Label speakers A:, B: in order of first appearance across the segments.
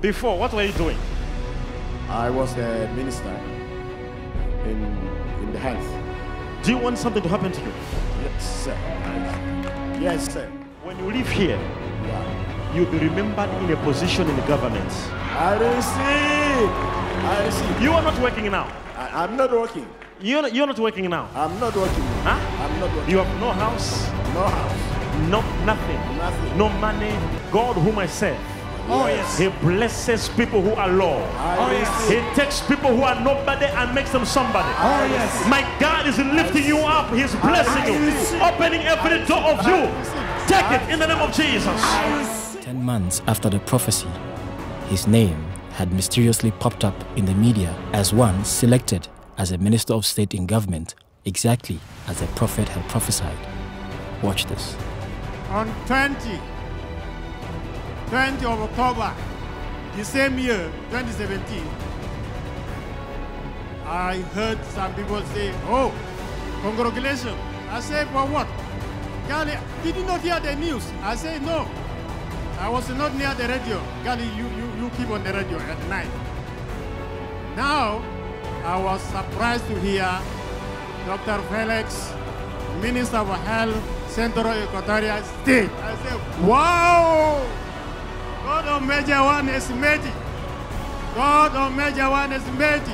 A: Before, what were you doing?
B: I was a minister in in the health.
A: Do you want something to happen to you?
B: Yes, sir. Yes, sir.
A: When you leave here,
B: Yeah.
A: you'll be remembered in a position in the government.
B: I receive. I receive.
A: You are not working now.
B: I, I'm not working.
A: You're not, you're not working now.
B: I'm not working.
A: Huh?
B: I'm not working.
A: You have no house,
B: No house.
A: no nothing,
B: Nothing.
A: no money. God, whom I serve,
B: Oh, yes.
A: He blesses people who are low.
B: I
C: Oh, yes.
B: receive.
A: He takes people who are nobody and makes them somebody.
C: Oh, yes.
A: My God is lifting you up. He's blessing you, opening every door of you. Take it in the name of Jesus.
D: Ten months after the prophecy, his name had mysteriously popped up in the media as one selected as a minister of state in government, exactly as the prophet had prophesied. Watch this.
C: On 20, 20 of October, the same year, 2017, I heard some people say, oh, congratulations. I said, for what? Gali, did you not hear the news? I said, no. I was not near the radio. Gali, you, you, you keep on the radio at night. Now, I was surprised to hear Dr. Felix, Minister of Health, Central Equatorial State. I said, wow! God of Major One is mighty. God of Major One is mighty.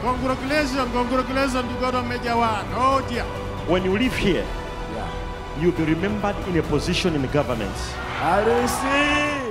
C: Congratulations, congratulations to God of Major One. Oh dear.
A: When you leave here,
B: Yeah.
A: you'll be remembered in a position in the government.
B: I receive.